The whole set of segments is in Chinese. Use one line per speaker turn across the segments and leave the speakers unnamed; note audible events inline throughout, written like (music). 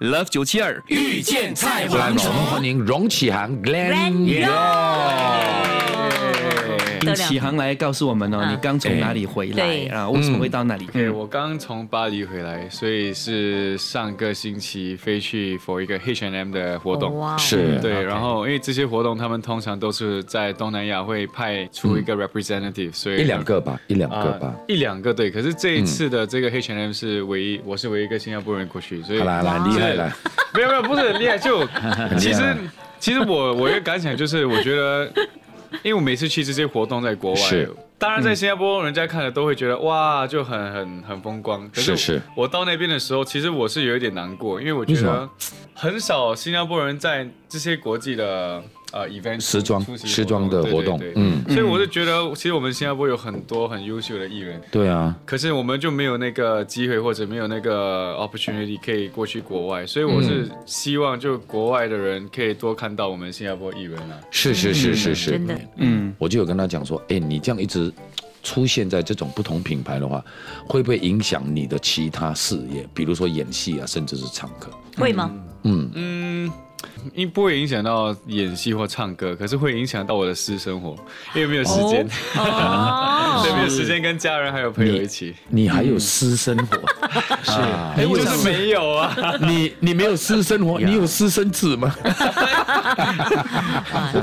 Love 九七二
遇见蔡
来，我
黄
们
虫，
欢迎荣启航
Glenn
Glenn
Yeoh
Yeoh
得了
启航来告诉我们哦，
嗯
你刚从哪里回来
对
啊？为什么会到那里？
嗯
(laughs) 对，我刚从巴黎回来，所以是上个星期飞去 for 一个 H&M 的活动。
哇哦
是
对，然后因为这些活动，他们通常都是在东南亚会派出一个 representative，、所以
嗯一两个吧，一两
啊、
个吧。嗯
一两个对。可是这一次的这个 H&M 是唯一，我是唯一一个新加坡人过去，所以
好啦，好啦，厉害了，
没有没有，不是很厉
(laughs)
害，就其
厉害
实其实我我一个感想就是，我觉得，因为我每次去这些活动在国外
是。
当然，在新加坡，人家看了都会觉得哇，就很很很风光。可
是是
我到那边的时候，其实我是有一点难过，因为我觉
为什
得
么
很少新加坡人在这些国际的呃 event
时装
出席
时装的活动
对对对
嗯
所以我是觉得，其实我们新加坡有很多很优秀的艺人，
对啊，
可是我们就没有那个机会，或者没有那个 opportunity 可以过去国外，所以我是希望就国外的人可以多看到我们新加坡艺人啊。
是是是是
真
是，
的，
嗯，
我就有跟他讲说，哎，你这样一直出现在这种不同品牌的话，会不会影响你的其他事业，比如说演戏啊，甚至是唱歌？
会吗？
嗯，
嗯，因不会影响到演戏或唱歌，可是会影响到我的私生活，因为没有时间，
哦
嗯 (laughs) 对，没有时间跟家人还有朋友一起，
你还有私生活，是， (laughs) 哎，
哦
就
为什
是
么
没有啊。
你你没有私生活，你有私生子吗？
哇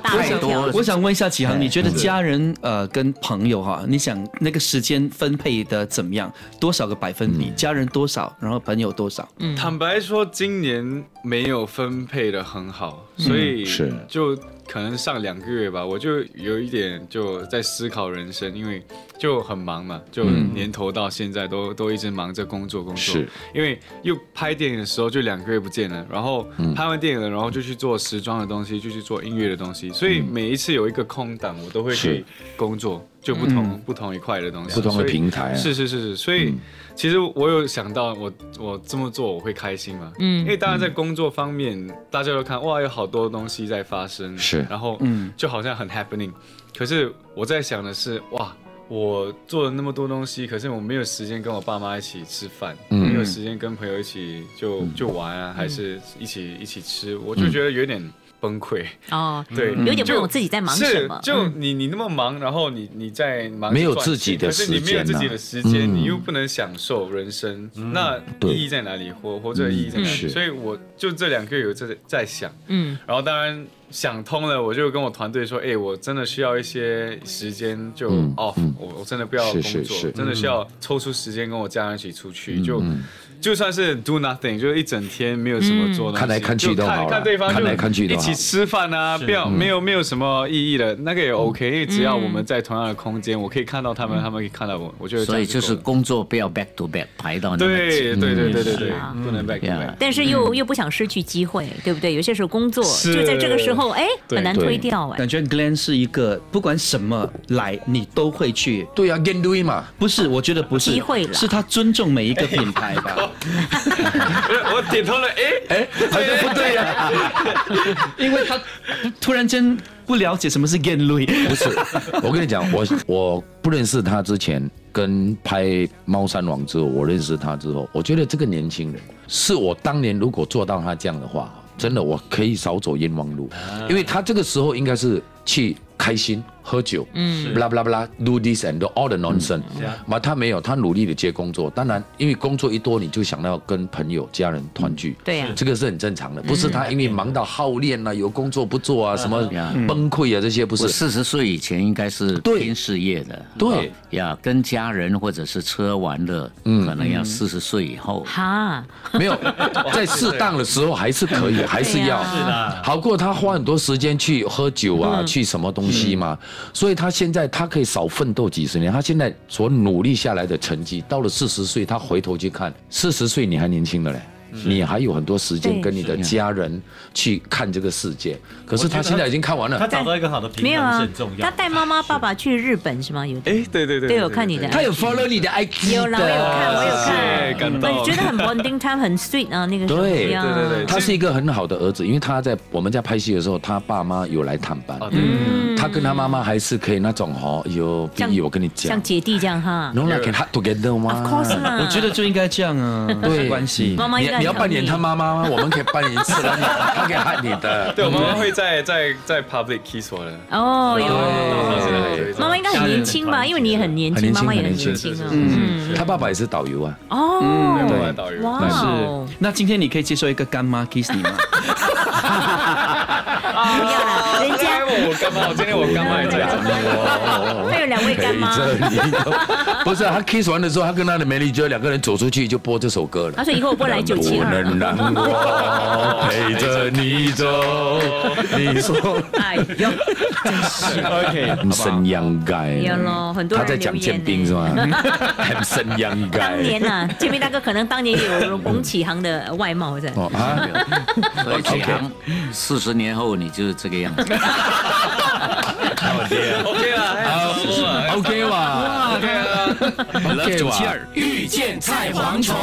大
我
一
想
条
我想问一下启航，
哎
你觉得家人呃跟朋友哈，你想那个时间分配的怎么样？多少个百分
嗯
比？家人多少？然后朋友多少？
嗯
坦白说，今年没有分配的很好，所以
是
就可能上两个月吧，我就有一点就在思考人生，因为就很忙嘛，就年头到现在都、都一直忙着工作工作
嗯是，
因为又拍电影的时候就两个月不见了，然后
嗯
拍完电影了，然后就去做时装的东西，就去做音乐的东西，所以每一次有一个空档，我都会
嗯是
去工作，就不同、不同一块的东西，
不同的
所以
平台啊
是是是是，所以其实我有想到我，我这么做我会开心吗？嗯，因为当然在工作方面，大家都看哇，有好多东西在发生，
是
然后
嗯
嗯，就好像很 happening。可是我在想的是，哇，我做了那么多东西，可是我没有时间跟我爸妈一起吃饭，
嗯
没有时间跟朋友一起就、就玩啊，还是一起一起吃，我就觉得有点崩溃。
哦，
对，
有点不
就
懂自己在忙什么嗯
是，就你你那么忙，然后你你在忙着赚钱，
没有自己的
可是你
时
没
间
有
啊
自己的时间，
嗯
你又不能享受人生，那
对
意义在哪里？活活着的意义在
嗯
哪
是
里？所以我就这两个月有在在想，
嗯，
然后当然想通了，我就跟我团队说，哎，我真的需要一些时间就
嗯
off，
嗯
我我真的不要
是
工
是是
作，真的需要抽出时间跟我家人一起出去，就就算是 do nothing，就是一整天没有什么做的东西，
看来看去都
就
好
看
了
看对方就
看来看去都
一
好
起吃饭啊，不要没有没有什么意义的，那个也 OK，因为只要我们在同样的空间，我可以看到他们，他们可以看到我，我觉得
所以
这
就
样
是
够了
工作不要 back to back 排到那么紧。
对对对对对
是
对
啊，
不能 back to
Yeah
back。
但是又、又不想失去机会，对不对？有些时候工作
嗯是
就在这个时候，哎，
对
很难推掉哎
感。觉 Glenn 是一个不管什么来你都会去。
对啊 g e n d u i 嘛，
不是，我觉得不是，
机会啦
是他尊重每一个品牌
(laughs)
吧。
我点头了，哎，
哎，好像不对呀、
因为他突然间不了解什么是 g a n l u i
不是，我跟你讲，我我不认识他之前，跟拍《猫山王》之后，我认识他之后，我觉得这个年轻人是我当年如果做到他这样的话，真的我可以少走冤枉路，因为他这个时候应该是去开心喝酒，嗯，blah blah blah，do this and do all the nonsense，嘛、
嗯
他没有，他努力的接工作，当然因为工作一多，你就想要跟朋友、家人团聚，
对啊
这个是很正常的，不是他因为忙到好练呐、有工作不
嗯
做啊，什么崩溃啊这些不
我
是。
四十岁以前应该是
对
拼事业的，啊
对嗯
呀，跟家人或者是吃喝玩乐，可能要四十岁以后。
哈，
没有，
哦
在适当的时候还是可以，还是要，
对啊是嗯
好过他花很多时间去喝酒啊，去什么东西嘛。所以他现在他可以少奋斗几十年，他现在所努力下来的成绩，到了四十岁，他回头去看，四十岁你还年轻的嘞，
嗯
你还有很多时间
对
跟你的家人去看这个世界。可是他现在已经看完
他
了，
找到一个好的平
没有
衡是
啊
很重，要。
他带妈妈爸爸去日本是吗？有
哎，对对对，
对我看你的
他有 follow 你的 IG
有啦，我有
的
看，我有看，
谢谢感动
我觉得很 bonding time，很 sweet 啊，那个时候
对
呀
对对对
他是一个很好的儿子，因为他在我们在拍戏的时候，他爸妈有来探班，
哦对，
他跟他妈妈还是可以那种哦，有
嗯像
B 我跟你
像
讲
姐弟这样哈
嗯
n o l a can hug together 吗
，of course 啦，
我觉得就应该这样啊，
对
没关系。
妈妈
你
应该
你要
很
扮演
疼
他妈妈吗？我们可以扮演一次了，他可以 hug 你的。嗯
对我妈妈会在在在 public kiss 我的。
哦
对
有。妈妈应该很年轻吧，因为你很年轻，
很年轻
妈妈也
很
很
年轻
年轻啊。
嗯他爸爸也是导游啊，
对
哦，
我导游
哇哦
是，，那今天你可以接受一个干妈 kiss 你吗？
不要啦，人
哎，
家
我我干妈，我今天我干妈也在这。
会有两位干妈，
陪着你都， (laughs) 不是他 kiss 完的时候，他跟他的 manager 两个人走出去就播这首歌了
他。说啊以后我不来九七
不
二。啊
(laughs) 能让我陪着你
(laughs)
走，你说
哎呦，
OK，
生羊改
有咯很多人
他在讲建兵是
(laughs)
吗？很生羊改
当年啊呐，建斌大哥可能当年也有龚启航的外貌在。
哦啊，
所以启航，四十年后你就是这个样子。
OK 了，哎差不多了
OK 吧，OK
，OK 了。
吧。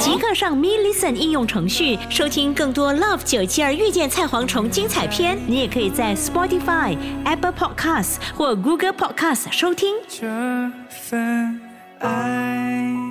即刻上 Me Listen 应用程序收听更多 Love 九七二遇见菜蝗虫精彩片。你也可以在 Spotify、Apple Podcasts 或 Google Podcasts 收听。
这份爱。